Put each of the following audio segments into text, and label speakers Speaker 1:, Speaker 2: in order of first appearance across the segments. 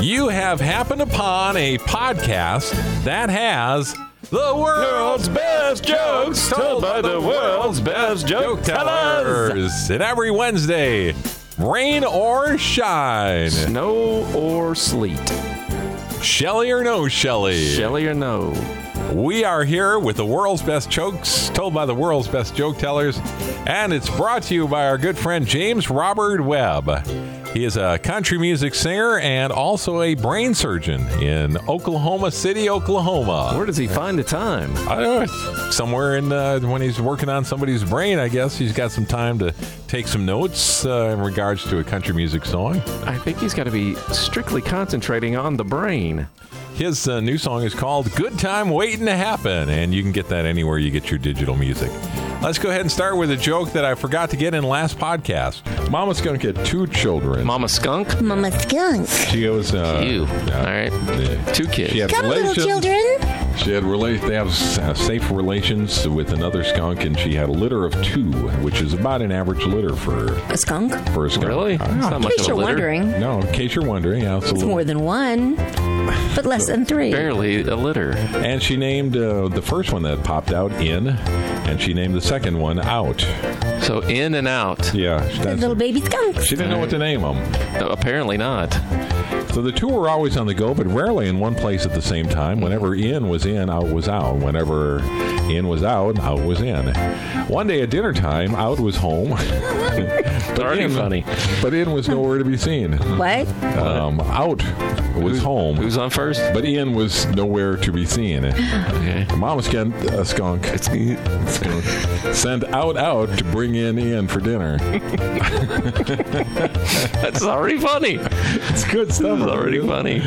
Speaker 1: You have happened upon a podcast that has the world's best jokes told by the world's best joke tellers. And every Wednesday, rain or shine,
Speaker 2: Snow or sleet,
Speaker 1: Shelly or no Shelly,
Speaker 2: Shelly or no.
Speaker 1: we are here with the world's best jokes told by the world's best joke tellers, and it's brought to you by our good friend James Robert Webb. He is a country music singer and also a brain surgeon in Oklahoma City, Oklahoma.
Speaker 2: Where does he find the time?
Speaker 1: I don't know. It's somewhere in uh, when he's working on somebody's brain, I guess he's got some time to take some notes uh, in regards to a country music song.
Speaker 2: I think he's got to be strictly concentrating on the brain.
Speaker 1: His uh, new song is called "Good Time Waiting to Happen," and you can get that anywhere you get your digital music. Let's go ahead and start with a joke that I forgot to get in last podcast. Mama's going to get two children.
Speaker 2: Mama skunk?
Speaker 3: Mama skunk.
Speaker 1: She goes. Uh,
Speaker 2: You. All
Speaker 1: yeah.
Speaker 2: right.
Speaker 1: Yeah.
Speaker 2: Two kids.
Speaker 1: She had
Speaker 3: Come, little
Speaker 1: relations.
Speaker 3: children.
Speaker 1: She had rela- they have uh, safe relations with another skunk, and she had a litter of two, which is about an average litter for
Speaker 3: A skunk. In
Speaker 1: for a skunk.
Speaker 2: Really?
Speaker 1: Ah.
Speaker 2: It's not much
Speaker 3: case
Speaker 2: of a
Speaker 3: you're
Speaker 2: litter.
Speaker 3: wondering,
Speaker 1: No, in case you're wondering, yeah, it's, a
Speaker 3: it's
Speaker 1: little-
Speaker 3: more than one, but less than three.
Speaker 2: Barely a litter.
Speaker 1: And she named uh, the first one that popped out in, and she named the second one out.
Speaker 2: So in and out.
Speaker 1: Yeah,
Speaker 3: The
Speaker 1: that's-
Speaker 3: little baby skunks.
Speaker 1: she didn't know what to name them.
Speaker 2: No, apparently not.
Speaker 1: So the two were always on the go, but rarely in one place at the same time. Whenever in was in, out was out. Whenever in was out, out was in. One day at dinner time, out was home. but
Speaker 2: Already
Speaker 1: in,
Speaker 2: funny.
Speaker 1: But in was nowhere to be seen.
Speaker 3: What?
Speaker 1: Um, out was home.
Speaker 2: Who's on first?
Speaker 1: But Ian was nowhere to be seen.
Speaker 2: Okay.
Speaker 1: Mama sent a uh, skunk. Sent out out to bring in in for dinner.
Speaker 2: That's already funny.
Speaker 1: It's good stuff.
Speaker 2: That's already funny.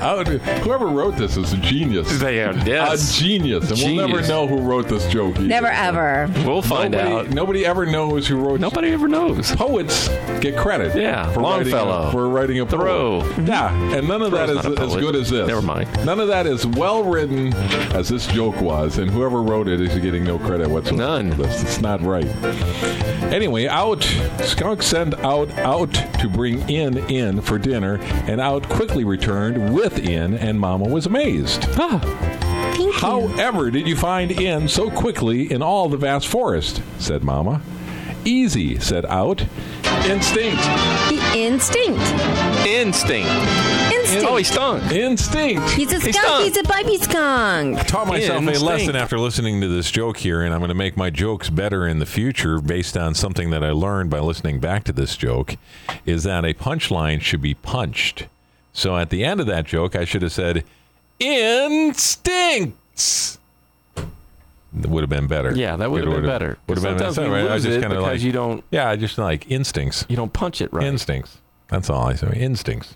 Speaker 1: Out, whoever wrote this is a genius.
Speaker 2: They are.
Speaker 1: A
Speaker 2: Yes.
Speaker 1: genius. And we'll never
Speaker 2: Genius.
Speaker 1: know who wrote this joke. either.
Speaker 3: Never ever.
Speaker 2: We'll find
Speaker 1: Nobody,
Speaker 2: out.
Speaker 1: nobody ever knows who wrote
Speaker 2: Nobody ever knows.
Speaker 1: Poets get credit.
Speaker 2: Yeah,
Speaker 1: for writing
Speaker 2: Longfellow.
Speaker 1: a, for writing a
Speaker 2: Thoreau.
Speaker 1: poem. Yeah, and none of that
Speaker 2: Thoreau's
Speaker 1: is
Speaker 2: not a
Speaker 1: as
Speaker 2: poet.
Speaker 1: good as this.
Speaker 2: Never mind.
Speaker 1: None of that is well written as this joke was, and whoever wrote it is getting no credit whatsoever.
Speaker 2: None.
Speaker 1: for this. It's not right. Anyway, out skunk sent out out to bring in in for dinner, and out quickly returned with in, and Mama was amazed.
Speaker 3: Thank you.
Speaker 1: However, did you find in so quickly in all the vast forest? said Mamma. Easy, said Out. Instinct.
Speaker 3: The instinct.
Speaker 2: Instinct.
Speaker 3: Instinct.
Speaker 2: Oh, he stunk.
Speaker 1: Instinct.
Speaker 3: He's a skunk.
Speaker 2: stunk.
Speaker 3: He's a baby skunk.
Speaker 1: Taught myself
Speaker 2: Instinct.
Speaker 1: a lesson after listening to this joke here, and I'm going to make my jokes better in the future based on something that I learned by listening back to this joke. Is that a punchline should be punched? So at the end of that joke, I should have said, "Instincts." That would have been better.
Speaker 2: Yeah, that would have been better.
Speaker 1: Would have been
Speaker 2: Sometimes
Speaker 1: better.
Speaker 2: you
Speaker 1: Right? I was
Speaker 2: lose
Speaker 1: just
Speaker 2: it
Speaker 1: kind of
Speaker 2: because
Speaker 1: like
Speaker 2: you don't
Speaker 1: Yeah, I just like instincts.
Speaker 2: you don't punch it right.
Speaker 1: Instincts. That's all I say. Instincts.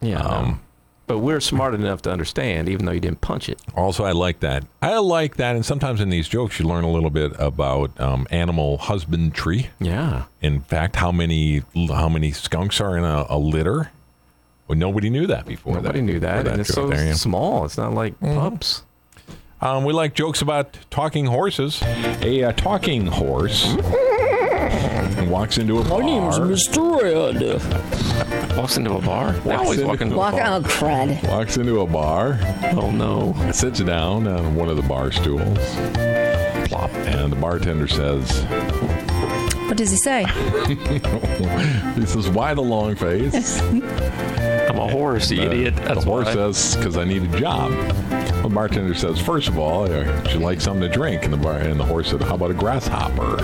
Speaker 2: yeah.
Speaker 1: Um,
Speaker 2: but we're smart enough to understand, even though you didn't punch it.
Speaker 1: Also, I like that. I like that. And sometimes in these jokes, you learn a little bit about um, animal husbandry.
Speaker 2: Yeah.
Speaker 1: In fact, how many how many skunks are in a, a litter? Well, nobody knew that before.
Speaker 2: Nobody
Speaker 1: that,
Speaker 2: knew
Speaker 1: before
Speaker 2: that. and it's
Speaker 1: joke
Speaker 2: so
Speaker 1: there, yeah. Mm-hmm.
Speaker 2: small. It's not like pups.
Speaker 1: Um, we like jokes about talking horses. A uh, talking horse walks into a bar.
Speaker 4: Mr. Red.
Speaker 2: Walks into a bar. They always
Speaker 1: into-
Speaker 2: walk into
Speaker 3: Walk.
Speaker 2: a bar.
Speaker 3: Oh, crud.
Speaker 1: Walks into a bar.
Speaker 2: Oh, no.
Speaker 1: sits down on one of the bar stools. Plop. And the bartender says,
Speaker 3: What does he say?
Speaker 1: he says, why the long face?
Speaker 2: I'm a horse, you idiot.
Speaker 1: the
Speaker 2: That's
Speaker 1: horse
Speaker 2: why.
Speaker 1: says, because I need a job. The bartender says, first of all, uh, would you like something to drink? And the, bar, and the horse said, how about a grasshopper?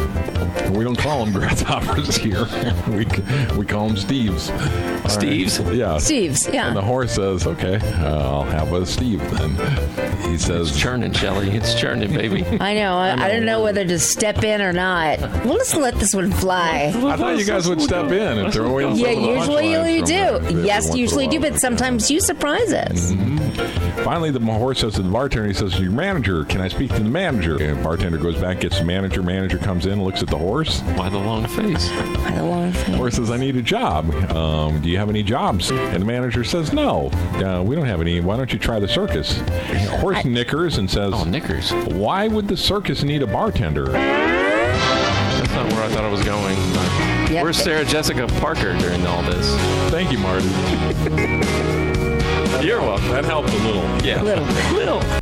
Speaker 1: We don't call them grasshoppers here. we, c- we call them Steves. All right.
Speaker 2: Steves?
Speaker 1: Yeah.
Speaker 3: Steve's.
Speaker 1: And the
Speaker 3: Yeah.
Speaker 1: horse says, okay, uh, I'll have a Steve then. He says,
Speaker 2: Churning, Shelly. It's churning, baby.
Speaker 3: I know. I, I don't know whether to step in or not. We'll just let this one fly.
Speaker 1: I thought you guys would step in and throw in.
Speaker 3: Yeah,
Speaker 1: some of the
Speaker 3: usually you
Speaker 1: punchlines from
Speaker 3: do.
Speaker 1: there
Speaker 3: Yes,
Speaker 1: once in a
Speaker 3: usually do,
Speaker 1: while.
Speaker 3: but sometimes you surprise us.
Speaker 1: Finally, the horse says to the bartender, he says, Your manager, can I speak to the manager? And bartender goes back, gets the manager. Manager comes in, looks at the horse.
Speaker 2: Why the long face?
Speaker 3: By the long thing.
Speaker 1: Horse says, I need a job. Um, do you have any jobs? And the manager says, No, uh, we don't have any. Why don't you try the circus? Horse knickers and says,
Speaker 2: Oh, knickers.
Speaker 1: Why would the circus need a bartender?
Speaker 2: That's not where I thought I was going.
Speaker 3: Yep.
Speaker 2: Where's Sarah Jessica Parker during all this?
Speaker 1: Thank you, Marty.
Speaker 2: You're welcome.
Speaker 1: That helped a little.
Speaker 2: Yeah.
Speaker 3: Little.
Speaker 2: Little.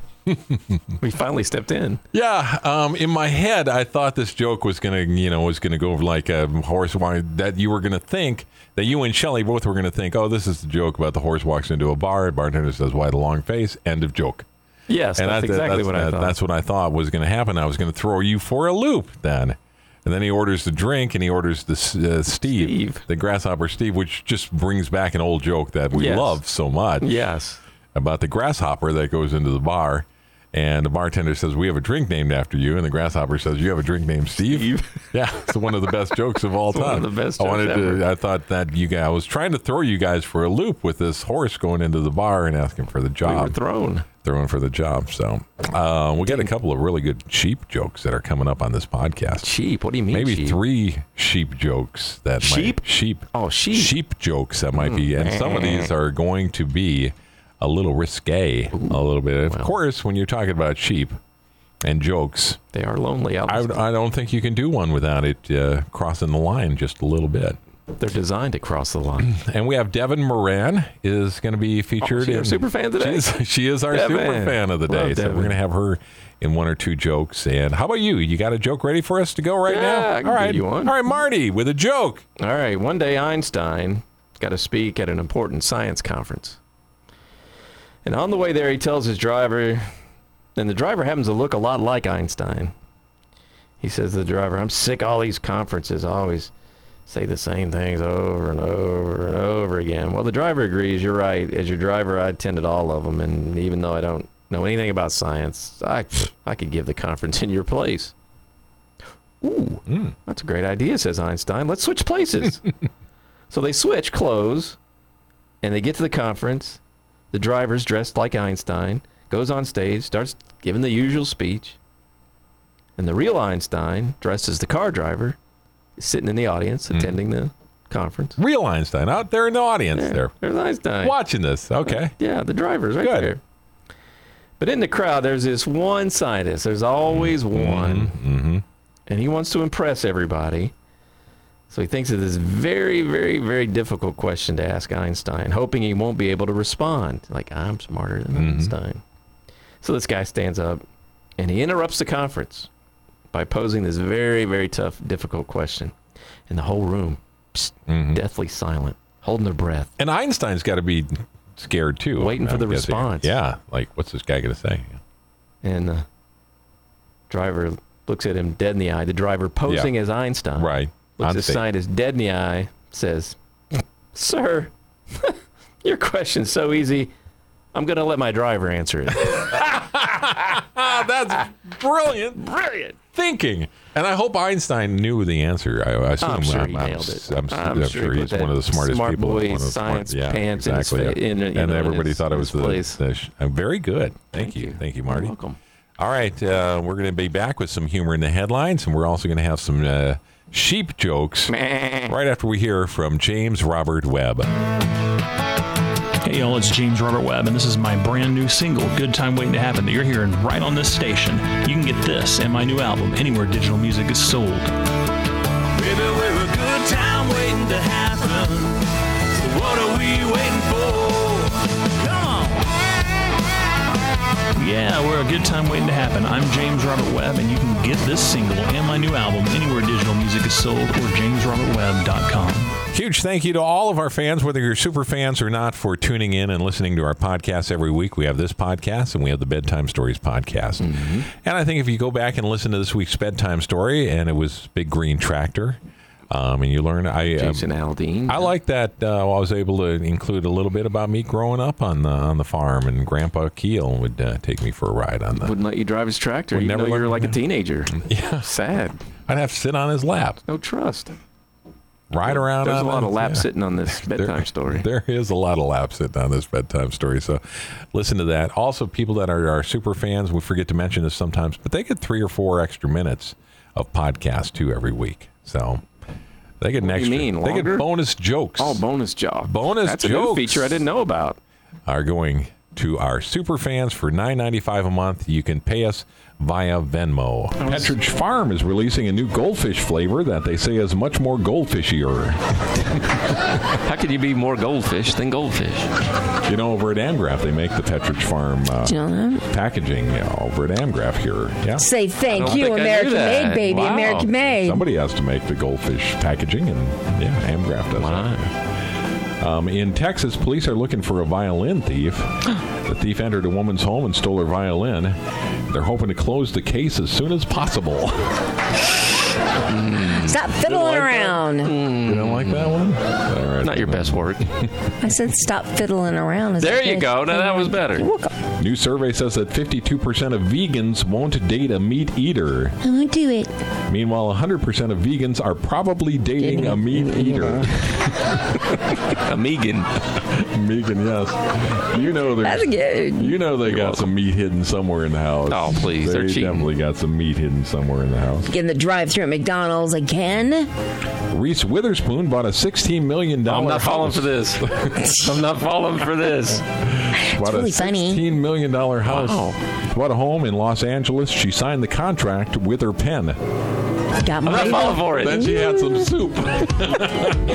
Speaker 2: we finally stepped in.
Speaker 1: Yeah, um, in my head, I thought this joke was gonna, you know, was gonna go over like a horse walk. That you were gonna think that you and Shelley both were gonna think, oh, this is the joke about the horse walks into a bar, bartender says, "Why the long face?" End of joke.
Speaker 2: Yes, that's
Speaker 1: that-
Speaker 2: exactly what I
Speaker 1: that-
Speaker 2: thought.
Speaker 1: That's what I thought was going to happen. I was going to throw you for a loop then. And then he orders the drink and he orders the s- uh, Steve,
Speaker 2: Steve.
Speaker 1: the grasshopper Steve, which just brings back an old joke that we
Speaker 2: Yes.
Speaker 1: love so much
Speaker 2: yes.
Speaker 1: about the grasshopper that goes into the bar. And the bartender says, We have a drink named after you. And the grasshopper says, You have a drink named Steve? Yeah, it's one of the best jokes of all
Speaker 2: one
Speaker 1: time.
Speaker 2: of the best
Speaker 1: I wanted
Speaker 2: jokes
Speaker 1: to, I thought that you guys, I was trying to throw you guys for a loop with this horse going into the bar and asking for the
Speaker 2: We
Speaker 1: job
Speaker 2: were thrown.
Speaker 1: throwing for the job. So uh, we got a couple of really good sheep jokes that are coming up on this podcast.
Speaker 2: Cheap. What do you mean?
Speaker 1: Maybe
Speaker 2: cheap?
Speaker 1: three sheep jokes that
Speaker 2: Sheep?
Speaker 1: might, sheep
Speaker 2: Oh, sheep. Mm.
Speaker 1: sheep jokes that might be, and some of these are going to be a little risque, a little bit. Of course, when you're talking about sheep and jokes,
Speaker 2: They are lonely.
Speaker 1: I,
Speaker 2: I,
Speaker 1: I don't think you can do one without it uh, crossing the line just a little bit.
Speaker 2: they're designed to cross the line.
Speaker 1: And we have Devin Moran is going to be featured
Speaker 2: Oh, she's our
Speaker 1: in
Speaker 2: super fan today.
Speaker 1: She's, she is our
Speaker 2: Devin.
Speaker 1: super fan of the day.
Speaker 2: Love
Speaker 1: so we're
Speaker 2: Devin.
Speaker 1: going to have her in one or two jokes. And how about you? You got a joke ready for us to go right
Speaker 2: Yeah,
Speaker 1: now?
Speaker 2: I can
Speaker 1: All
Speaker 2: give
Speaker 1: right,
Speaker 2: you one.
Speaker 1: all right, Marty, with a joke.
Speaker 2: All right. One day, Einstein got to speak at an important science conference. And on the way there, he tells his driver, and the driver happens to look a lot like Einstein. He says to the driver, I'm sick of all these conferences. I always say the same things over and over and over again. Well, the driver agrees. You're right. As your driver, I attended all of them. And even though I don't know anything about science, I, I could give the conference in your place. Ooh, hmm. that's a great idea, says Einstein. Let's switch places. so they switch clothes, and they get to the conference. The driver's dressed like Einstein, goes on stage, starts giving the usual speech. And the real Einstein, dressed as the car driver, is sitting in the audience attending the conference.
Speaker 1: Real Einstein out there in the audience there
Speaker 2: There's Einstein.
Speaker 1: watching this. Okay.
Speaker 2: Yeah, the driver's right
Speaker 1: Good.
Speaker 2: there. But in the crowd, there's this one scientist. There's always one. Mm-hmm. And he wants to impress everybody. So he thinks of this very, very, very difficult question to ask Einstein, hoping he won't be able to respond. Like, I'm smarter than Einstein. So this guy stands up and he interrupts the conference by posing this very, very tough, difficult question. And the whole room, psst, deathly silent, holding their breath.
Speaker 1: And Einstein's got to be scared too.
Speaker 2: Waiting for the
Speaker 1: guessing.
Speaker 2: response.
Speaker 1: Yeah. Like, what's this guy going to say?
Speaker 2: and the driver looks at him dead in the eye. The driver posing as Einstein,
Speaker 1: Right.
Speaker 2: Looks
Speaker 1: On
Speaker 2: at
Speaker 1: stage.
Speaker 2: scientist dead in the eye, says, "Sir, your question's so easy. I'm gonna let my driver answer it."
Speaker 1: Ah, that's brilliant.
Speaker 2: Brilliant.
Speaker 1: thinking. And I hope Einstein knew the answer. I, I assume
Speaker 2: I'm sure he
Speaker 1: I'm,
Speaker 2: nailed
Speaker 1: s-
Speaker 2: it.
Speaker 1: I'm s-
Speaker 2: I'm
Speaker 1: I'm
Speaker 2: sure
Speaker 1: sure
Speaker 2: he
Speaker 1: he's
Speaker 2: put
Speaker 1: one of the
Speaker 2: that
Speaker 1: smartest
Speaker 2: smart
Speaker 1: people.
Speaker 2: boy
Speaker 1: one of the smart-
Speaker 2: science pants in his fa- in, you
Speaker 1: and
Speaker 2: know, in
Speaker 1: everybody
Speaker 2: his-
Speaker 1: thought it
Speaker 2: in
Speaker 1: was
Speaker 2: his
Speaker 1: the,
Speaker 2: place.
Speaker 1: the sh- uh, very good. Thank, you.
Speaker 2: you.
Speaker 1: thank you, Marty.
Speaker 2: You're welcome.
Speaker 1: All right, uh, we're going to be back with some humor in the headlines, and we're also going to have some uh, sheep jokes right after we hear from James Robert Webb.
Speaker 5: Hey y'all, it's James Robert Webb, and this is my brand new single, Good Time Waiting to Happen, that you're hearing right on this station. You can get this and my new album anywhere digital music is sold.
Speaker 6: Maybe we're a good time waiting to happen. So what are we waiting for? Come on.
Speaker 5: Yeah, we're a good time waiting to happen. I'm James Robert Webb, and you can get this single and my new album anywhere digital music is sold or jamesrobertwebb.com.
Speaker 1: Huge thank you to all of our fans, whether you're super fans or not, for tuning in and listening to our podcast every week. We have this podcast and we have the Bedtime Stories podcast. And I think if you go back and listen to this week's bedtime story, and it was Big Green Tractor, um, and you learn, I um,
Speaker 2: Jason Aldean.
Speaker 1: I like that. Uh, I was able to include a little bit about me growing up on the on the farm, and Grandpa Keel would uh, take me for a ride on the.
Speaker 2: wouldn't let you drive his tractor.
Speaker 1: Would
Speaker 2: You
Speaker 1: never
Speaker 2: know
Speaker 1: let
Speaker 2: you were
Speaker 1: me-
Speaker 2: like a teenager.
Speaker 1: Yeah,
Speaker 2: Sad.
Speaker 1: I'd have to sit on his lap,
Speaker 2: No trust.
Speaker 1: ride around.
Speaker 2: There's a
Speaker 1: on
Speaker 2: lot
Speaker 1: his-
Speaker 2: of lap
Speaker 1: yeah.
Speaker 2: sitting on this bedtime story.
Speaker 1: There is a lot of laps sitting on this bedtime story. So listen to that. Also, people that are, are super fans, we forget to mention this sometimes, but they get three or four extra minutes of podcast too every week. So they get an
Speaker 2: do you
Speaker 1: extra.
Speaker 2: mean,
Speaker 1: they get
Speaker 2: longer?
Speaker 1: bonus jokes.
Speaker 2: Oh, bonus job.
Speaker 1: Bonus
Speaker 2: That's a new
Speaker 1: jokes.
Speaker 2: feature I didn't know about.
Speaker 1: are going to our super fans for nine ninety five a month. You can pay us via Venmo. Partridge Farm is releasing a new goldfish flavor that they say is much more goldfishier.
Speaker 7: How could you be more goldfish than goldfish?
Speaker 1: You know, over at Amgraph, they make the Petridge Farm uh,
Speaker 3: Do you know that?
Speaker 1: packaging you know, over at Amgraph here. Yeah.
Speaker 3: Say
Speaker 7: I
Speaker 3: thank
Speaker 7: don't
Speaker 3: you,
Speaker 7: think I knew
Speaker 3: American
Speaker 7: that.
Speaker 3: Made, baby.
Speaker 7: Wow.
Speaker 3: American Made.
Speaker 1: Somebody has to make the goldfish packaging, and yeah, Amgraph does.
Speaker 7: Why
Speaker 1: it. Um, in Texas, police are looking for a violin thief. the thief entered a woman's home and stole her violin. They're hoping to close the case as soon as possible.
Speaker 3: Stop fiddling around.
Speaker 1: you don't like that one? All right.
Speaker 7: Not your best work.
Speaker 3: I said stop fiddling around. as
Speaker 7: There
Speaker 3: opposed
Speaker 7: you
Speaker 3: to
Speaker 7: go. Now that
Speaker 3: fiddling.
Speaker 7: was better.
Speaker 3: Look, I
Speaker 1: New survey says that 52% of vegans won't date a meat eater.
Speaker 3: won't do it.
Speaker 1: Meanwhile, 100% of vegans are probably dating a meat eater.
Speaker 7: A Uh, Megan.
Speaker 1: Megan, yes. You know
Speaker 3: That's
Speaker 1: there's
Speaker 3: good.
Speaker 1: you know they got some meat hidden somewhere in the house.
Speaker 7: Oh, please,
Speaker 1: They
Speaker 7: they're cheating.
Speaker 1: definitely got some meat hidden somewhere in the house.
Speaker 3: Getting the drive-through at McDonald's again.
Speaker 1: Reese Witherspoon bought a $16 million
Speaker 7: I'm not
Speaker 1: house.
Speaker 7: falling for this. I'm not falling for this.
Speaker 1: Bought
Speaker 3: really
Speaker 1: a
Speaker 3: funny.
Speaker 1: $16 million house.
Speaker 7: Wow.
Speaker 1: Bought a home in Los Angeles. She signed the contract with her pen.
Speaker 3: Got
Speaker 7: I'm not falling
Speaker 3: my
Speaker 7: for
Speaker 1: Then
Speaker 7: it.
Speaker 1: she had some soup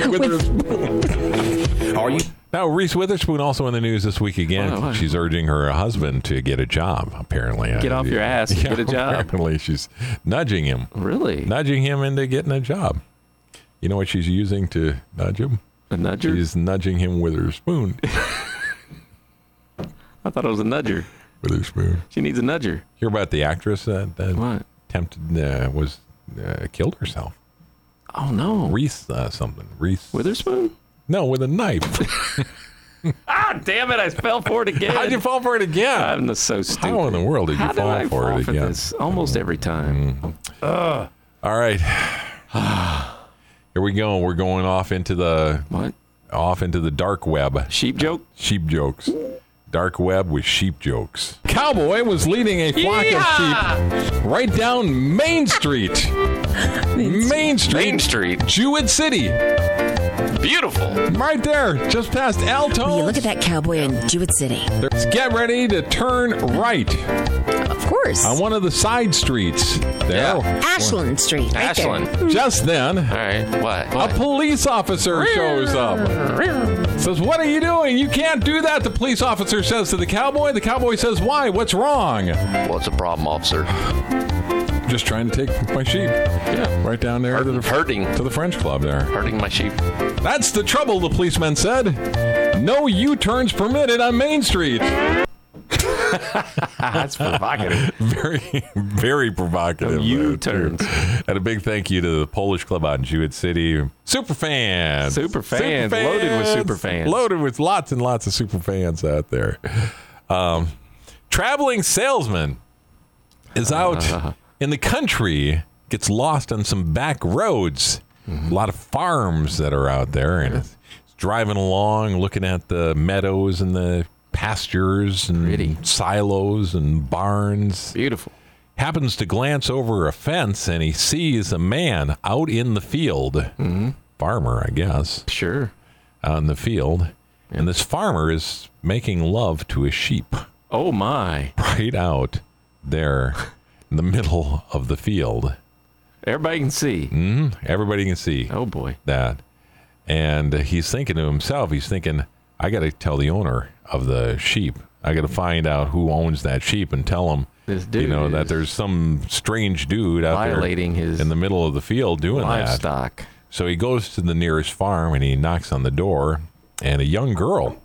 Speaker 1: with her
Speaker 7: Are you? Oh,
Speaker 1: Now, Reese Witherspoon also in the news this week again.
Speaker 7: Wow, wow.
Speaker 1: She's urging her husband to get a job, apparently.
Speaker 7: Get off your ass and get a job.
Speaker 1: Apparently, she's nudging him,
Speaker 7: Really?
Speaker 1: nudging him into getting a job. You know what she's using to nudge him?
Speaker 7: A nudger?
Speaker 1: She's nudging him with her spoon.
Speaker 7: I thought it was a nudger.
Speaker 1: with her spoon.
Speaker 7: She needs a nudger.
Speaker 1: Hear about the actress that, that
Speaker 7: What?
Speaker 1: attempted, uh, was, uh, killed herself?
Speaker 7: Oh no.
Speaker 1: Reese uh, something. Reese.
Speaker 7: Witherspoon?
Speaker 1: no, with a knife.
Speaker 7: Ah, damn it! I fell for it again.
Speaker 1: How'd you fall for it again?
Speaker 7: I'm just so stupid.
Speaker 1: How in the world did you
Speaker 7: How did
Speaker 1: fall
Speaker 7: I
Speaker 1: for
Speaker 7: fall
Speaker 1: it
Speaker 7: for
Speaker 1: again? Mm.
Speaker 7: this? Almost every time.
Speaker 1: All right. Here we go. We're going off into the
Speaker 7: What?
Speaker 1: off into the dark web.
Speaker 7: Sheep joke?
Speaker 1: Sheep jokes. Dark web with sheep jokes. Cowboy was leading a flock of sheep right down Main Street. Main Street.
Speaker 7: Main Street.
Speaker 1: Jewett City.
Speaker 7: Beautiful.
Speaker 1: Right there, just past Alto.
Speaker 3: You look at that cowboy in Jewett City.
Speaker 1: Let's get ready to turn right
Speaker 3: Of course.
Speaker 1: on one of the side streets. There.
Speaker 3: Ashland Street. Right
Speaker 7: Ashland.
Speaker 1: Just then,
Speaker 7: All right. What?
Speaker 1: A police officer shows up. Says, What are you doing? You can't do that, the police officer says to the cowboy. The cowboy says, Why? What's wrong?
Speaker 8: What's the problem, officer?
Speaker 1: Just trying to take my sheep.
Speaker 7: Yeah.
Speaker 1: Right down there to the,
Speaker 8: Hurting.
Speaker 1: to the French club there.
Speaker 8: Hurting my sheep.
Speaker 1: That's the trouble, the policeman said. No U turns permitted on Main Street.
Speaker 7: That's provocative.
Speaker 1: Very, very provocative. there, too.
Speaker 7: U-turns.
Speaker 1: And a big thank you to the Polish Club out in Jewett City. Super fans.
Speaker 7: Super fans, loaded with super fans.
Speaker 1: Loaded with lots and lots of super fans out there. Um, traveling salesman is out in the country, gets lost on some back roads.
Speaker 7: Mm-hmm.
Speaker 1: A lot of farms that are out there, and it's, it's driving along, looking at the meadows and the pastures and
Speaker 7: Pretty.
Speaker 1: silos and barns
Speaker 7: Beautiful.
Speaker 1: happens to glance over a fence and he sees a man out in the field.
Speaker 7: Mm-hmm.
Speaker 1: Farmer, I guess,
Speaker 7: Sure.
Speaker 1: out in the field. And this farmer is making love to a sheep
Speaker 7: Oh my.
Speaker 1: right out there in the middle of the field.
Speaker 7: Everybody can see.
Speaker 1: Mm. Everybody can see
Speaker 7: Oh boy.
Speaker 1: that. And he's thinking to himself, he's thinking, I got to tell the owner of the sheep. I got to find out who owns that sheep and tell him,
Speaker 7: This
Speaker 1: you
Speaker 7: dude
Speaker 1: know, that
Speaker 7: is
Speaker 1: there's some strange dude out
Speaker 7: violating
Speaker 1: there
Speaker 7: his
Speaker 1: in the middle of the field doing that.
Speaker 7: Livestock.
Speaker 1: So he goes to the nearest farm and he knocks on the door, and a young girl,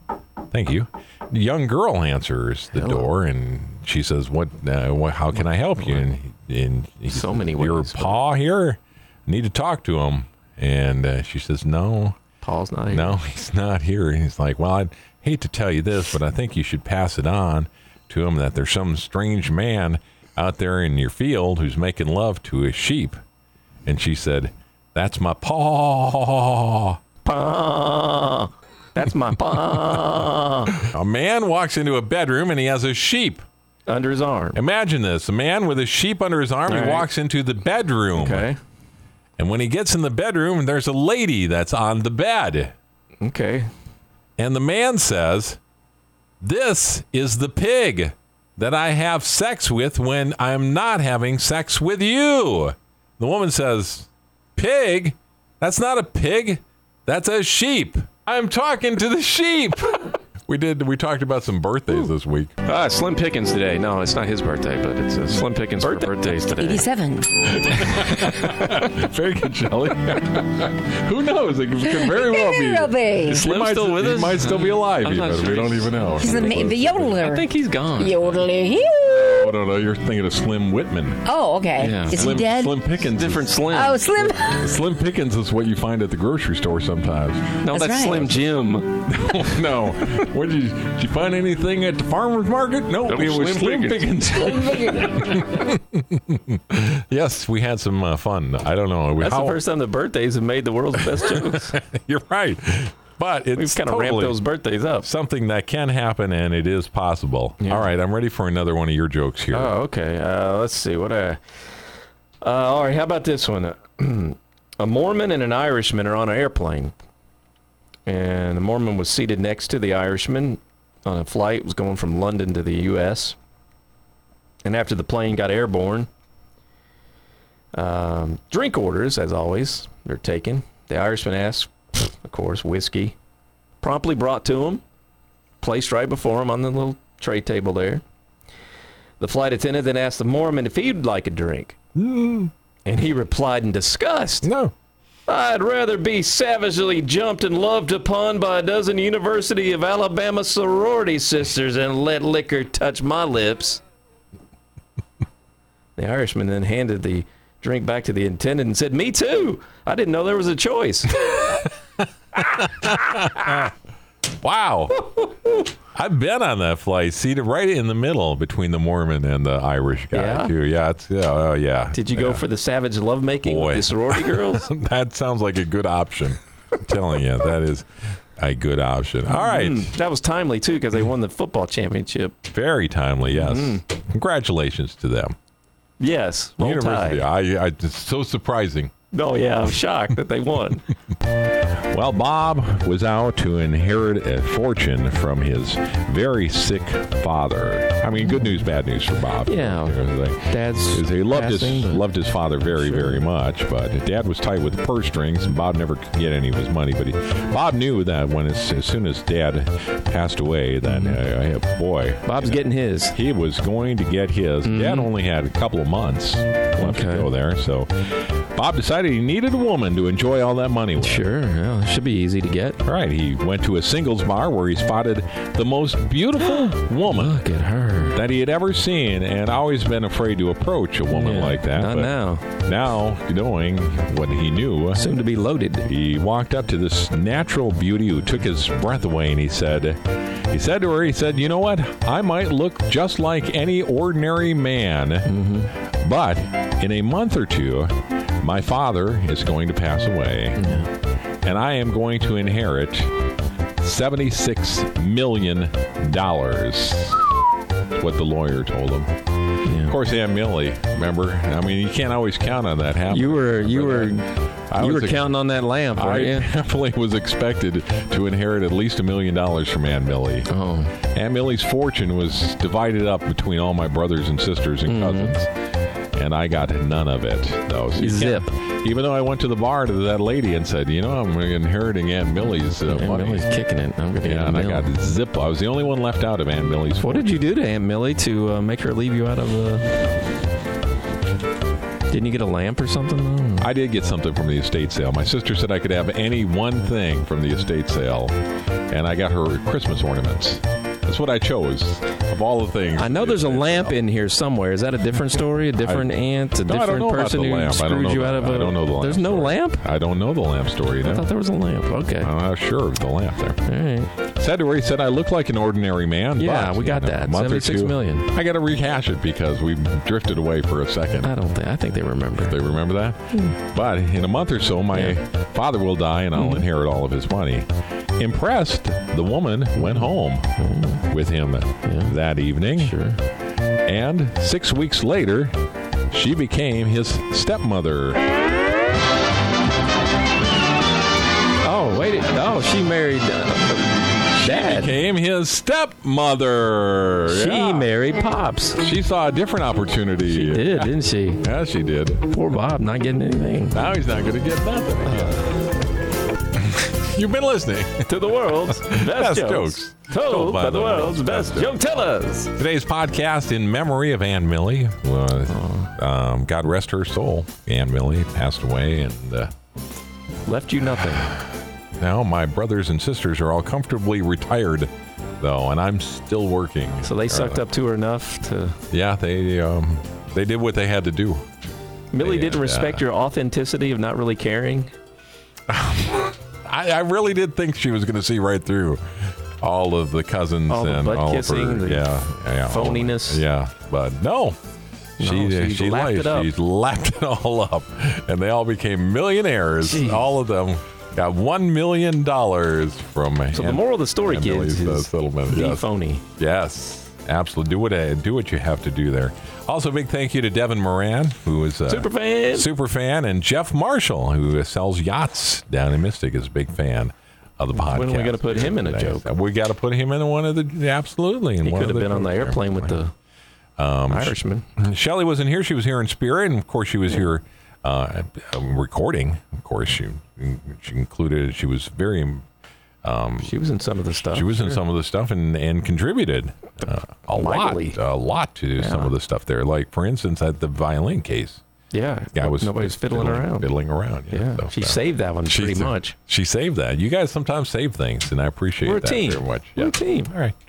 Speaker 1: thank you, a young girl answers the door, and she says, "What? Uh, what how can I help you?" And, and he
Speaker 7: So many
Speaker 1: your
Speaker 7: ways.
Speaker 1: paw here. Need to talk to him. And uh, she says, "No,
Speaker 7: Paul's not here.
Speaker 1: no, he's not here." And he's like, "Well, I'd hate to tell you this, but I think you should pass it on to him that there's some strange man out there in your field who's making love to a sheep." And she said, "That's my paw."
Speaker 7: Paw. That's my paw.
Speaker 1: A man walks into a bedroom and he has a sheep.
Speaker 7: Under his arm.
Speaker 1: Imagine this: a man with a sheep under his arm.
Speaker 7: All
Speaker 1: He
Speaker 7: right.
Speaker 1: walks into the bedroom,
Speaker 7: Okay.
Speaker 1: and when he gets in the bedroom, there's a lady that's on the bed.
Speaker 7: Okay.
Speaker 1: And the man says, This is the pig that I have sex with when I'm not having sex with you. The woman says, Pig? That's not a pig. That's a sheep. I'm talking to the sheep. we did, we talked about some birthdays this week.
Speaker 2: Ah, Slim Pickens today. No, it's not his birthday, but it's uh, Slim Pickens for birthdays today.
Speaker 3: 87.
Speaker 1: Very good, Shelley. Who knows? It could very well
Speaker 3: Hey,
Speaker 1: be.
Speaker 3: Robbie.
Speaker 1: He
Speaker 7: Slim
Speaker 1: might-
Speaker 7: still with
Speaker 1: he
Speaker 7: us?
Speaker 1: might still be alive,
Speaker 7: I'm not
Speaker 1: even.
Speaker 7: sure
Speaker 1: We don't
Speaker 7: he's-
Speaker 1: even know.
Speaker 3: He's the, ma- the yodeler.
Speaker 7: I think he's gone.
Speaker 3: Yodeler. hee-
Speaker 1: Oh, no, no, you're thinking of Slim Whitman.
Speaker 3: Oh, okay.
Speaker 7: Yeah.
Speaker 3: Is
Speaker 1: Slim,
Speaker 3: he dead?
Speaker 1: Slim Pickens.
Speaker 7: Different Slim.
Speaker 3: Oh, Slim.
Speaker 1: is- Slim Pickens is what you find at the grocery store sometimes.
Speaker 7: no,
Speaker 3: that's
Speaker 7: that's
Speaker 3: right.
Speaker 7: Slim Jim.
Speaker 1: no. What did you, did you find anything at the farmer's market? No,
Speaker 7: That
Speaker 1: it
Speaker 7: was
Speaker 1: was Slim
Speaker 7: Slim
Speaker 1: Pickens. yes, we had some uh, fun. I don't know.
Speaker 2: That's
Speaker 1: how-
Speaker 2: the first time the birthdays have made the world's best jokes.
Speaker 1: You're right. But it's
Speaker 2: We've kind of
Speaker 1: totally
Speaker 2: ramped those birthdays up.
Speaker 1: something that can happen and it is possible. All right, I'm ready for another one of your jokes here.
Speaker 2: Oh, okay. Uh, let's see. What a. Uh, all right. How about this one? a Mormon and an Irishman are on an airplane, and the Mormon was seated next to the Irishman on a flight. It was going from London to the U.S. And after the plane got airborne, um, drink orders, as always, they're taken. The Irishman asks, of course, whiskey, promptly brought to him, placed right before him on the little tray table there. The flight attendant then asked the Mormon if he'd like a drink. And he replied in disgust,
Speaker 1: No.
Speaker 2: I'd rather be savagely jumped and loved upon by a dozen University of Alabama sorority sisters and let liquor touch my lips. the Irishman then handed the drink back to the attendant and said, Me too. I didn't know there was a choice.
Speaker 1: Wow. I've been on that flight, seated right in the middle between the Mormon and the Irish guy
Speaker 2: Yeah?
Speaker 1: too. Yeah, it's yeah, oh yeah.
Speaker 2: Did you go for the savage lovemaking
Speaker 1: Boy.
Speaker 2: with the sorority girls?
Speaker 1: that sounds like a good option. I'm telling you, that is a good option. All right.
Speaker 2: Mm, that was timely too because they won the football championship.
Speaker 1: Very timely, yes. Congratulations to them.
Speaker 2: Yes, roll
Speaker 1: University.
Speaker 2: tide.
Speaker 1: I, I it's so surprising.
Speaker 2: Oh yeah, I'm shocked that they won.
Speaker 1: Well, Bob was out to inherit a fortune from his very sick father. I mean, good news, bad news for Bob.
Speaker 2: Yeah.
Speaker 1: You know, like,
Speaker 2: Dad's
Speaker 1: is he loved
Speaker 2: passing,
Speaker 1: his
Speaker 2: but-
Speaker 1: loved his father very very much, but Dad was tight with purse strings, and Bob never could get any of his money. But he, Bob knew that when as, as soon as Dad passed away, that
Speaker 2: Mm-hmm.
Speaker 1: uh, uh, boy,
Speaker 2: Bob's
Speaker 1: you know,
Speaker 2: getting his.
Speaker 1: He was going to get his. Dad only had a couple of months left to
Speaker 2: Mm-hmm. Okay.
Speaker 1: go there, so Bob decided he needed a woman to enjoy all that money with.
Speaker 2: Sure, yeah, it should be easy to get.
Speaker 1: All right, he went to a singles bar where he spotted the most beautiful woman
Speaker 2: Look at her.
Speaker 1: that he had ever seen, and always been afraid to approach a woman
Speaker 2: Yeah,
Speaker 1: like that.
Speaker 2: Not
Speaker 1: but
Speaker 2: now.
Speaker 1: Now, knowing what he knew,
Speaker 2: Soon to be loaded.
Speaker 1: he walked up to this natural beauty who took his breath away, and he said, he said to her, he said, you know what? I might look just like any ordinary man, but in a month or two, my father is going to pass away, and I am going to inherit seventy-six million dollars. What the lawyer told him. Of course, Aunt Millie. Remember, I mean, you can't always count on that happening.
Speaker 2: You were you
Speaker 1: But, uh,
Speaker 2: were
Speaker 1: I
Speaker 2: you
Speaker 1: was
Speaker 2: were
Speaker 1: ex-
Speaker 2: counting on that lamp,
Speaker 1: I
Speaker 2: right?
Speaker 1: definitely was expected to inherit at least a million dollars from Aunt Millie.
Speaker 2: Oh,
Speaker 1: Aunt Millie's fortune was divided up between all my brothers and sisters
Speaker 2: Mm-hmm.
Speaker 1: and cousins, and I got none of it. Though. So you
Speaker 2: Zip.
Speaker 1: can't- Even though I went to the bar to that lady and said, "You know, I'm inheriting Aunt Millie's uh,
Speaker 2: Aunt
Speaker 1: money."
Speaker 2: Millie's kicking it. I'm gonna get
Speaker 1: yeah, and
Speaker 2: a
Speaker 1: I
Speaker 2: mill.
Speaker 1: got zip. I was the only one left out of Aunt Millie's.
Speaker 2: What did you do to Aunt Millie to uh, make her leave you out of the? Didn't you get a lamp or something? though?
Speaker 1: I did get something from the estate sale. My sister said I could have any one thing from the estate sale, and I got her Christmas ornaments. That's what I chose of all the things.
Speaker 2: I know
Speaker 1: from the
Speaker 2: there's a
Speaker 1: estate
Speaker 2: lamp
Speaker 1: sale.
Speaker 2: in here somewhere. Is that a different story? A different aunt? A
Speaker 1: No, I don't
Speaker 2: different
Speaker 1: know
Speaker 2: person
Speaker 1: about the
Speaker 2: who
Speaker 1: lamp. I don't
Speaker 2: screwed
Speaker 1: know
Speaker 2: you
Speaker 1: the,
Speaker 2: out of a?
Speaker 1: I don't know the lamp.
Speaker 2: There's no
Speaker 1: story.
Speaker 2: lamp.
Speaker 1: I don't know the lamp story.
Speaker 2: I
Speaker 1: No.
Speaker 2: thought there was a lamp. Okay.
Speaker 1: I'm not sure of the lamp there.
Speaker 2: All right.
Speaker 1: Said to her, he said, I look like an ordinary man.
Speaker 2: Yeah,
Speaker 1: but,
Speaker 2: we
Speaker 1: you
Speaker 2: got
Speaker 1: know, a
Speaker 2: that.
Speaker 1: month or
Speaker 2: Seventy-six
Speaker 1: two-
Speaker 2: million.
Speaker 1: I got to rehash it because we drifted away for a second.
Speaker 2: I don't think. I think they remember.
Speaker 1: They remember that?
Speaker 8: Hmm.
Speaker 1: But in a month or so, my father will die and I'll inherit all of his money. Impressed, the woman went home
Speaker 8: Hmm.
Speaker 1: with him that evening.
Speaker 2: Sure.
Speaker 1: And six weeks later, she became his stepmother.
Speaker 2: Oh wait! Oh, she married. Uh,
Speaker 1: She
Speaker 8: dad.
Speaker 1: became his stepmother.
Speaker 8: She
Speaker 1: Yeah.
Speaker 8: married Pops.
Speaker 1: She saw a different opportunity.
Speaker 8: She did, didn't she?
Speaker 1: Yeah, she did.
Speaker 8: Poor Bob, not getting anything.
Speaker 1: Now he's not going to get nothing.
Speaker 8: Uh.
Speaker 1: again. You've been listening.
Speaker 2: to the world's best,
Speaker 1: Best
Speaker 2: jokes. Told by, the world's best joke tellers.
Speaker 1: Today's podcast in memory of Ann Millie. Uh, um, God rest her soul. Ann Millie passed away, and uh,
Speaker 2: Left you nothing.
Speaker 1: now my brothers and sisters are all comfortably retired, though, and I'm still working. Uh,
Speaker 2: So they sucked up to her enough to.
Speaker 1: Yeah, they um, they did what they had to do.
Speaker 2: Millie
Speaker 1: Yeah,
Speaker 2: didn't respect
Speaker 1: yeah. your
Speaker 2: your authenticity of not really caring.
Speaker 1: I, I really did think she was going to see right through all of the cousins
Speaker 2: All the
Speaker 1: and
Speaker 2: butt
Speaker 1: all
Speaker 2: kissing,
Speaker 1: of her,
Speaker 2: the
Speaker 1: yeah, yeah, all of it.
Speaker 2: phoniness.
Speaker 1: Yeah, but no. She,
Speaker 2: she
Speaker 1: she
Speaker 2: lapped
Speaker 1: lied.
Speaker 2: it up.
Speaker 1: She lapped it all up, and they all became millionaires. All of them got one million dollars from.
Speaker 2: So the moral of the story, kids,
Speaker 1: uh,
Speaker 2: is
Speaker 1: settlement.
Speaker 2: be
Speaker 1: Yes.
Speaker 2: phony.
Speaker 1: Yes, absolutely. Do what uh, do what you have to do there. Also, big thank you to Devin Moran, who is uh,
Speaker 2: Super fan.
Speaker 1: super fan, and Jeff Marshall, who sells yachts down in Mystic, is a big fan of the podcast.
Speaker 2: When are we gonna put him in a
Speaker 1: Thanks.
Speaker 2: joke?
Speaker 1: We got to put him in one of the absolutely. In
Speaker 2: He
Speaker 1: one
Speaker 2: could
Speaker 1: of
Speaker 2: have been on the
Speaker 1: jokes there. Um,
Speaker 2: airplane with the Irishman.
Speaker 1: Shelly wasn't here. She was here in spirit, and of course, she was here uh, recording. Of course, she she included. She was very.
Speaker 2: She was in some of the stuff.
Speaker 1: She was in some of the stuff and and contributed uh, a
Speaker 2: Mightily.
Speaker 1: lot, a lot to some of the stuff there. Like for instance, at the violin case,
Speaker 2: yeah.
Speaker 1: guy was
Speaker 2: nobody's fiddling, around.
Speaker 1: fiddling around.
Speaker 2: Yeah.
Speaker 1: so,
Speaker 2: she
Speaker 1: uh,
Speaker 2: saved that one
Speaker 1: She
Speaker 2: pretty
Speaker 1: sa-
Speaker 2: much.
Speaker 1: She saved that. You guys sometimes save things, and I appreciate
Speaker 2: We're a
Speaker 1: that
Speaker 2: team.
Speaker 1: very much.
Speaker 2: We're a team.
Speaker 1: All right.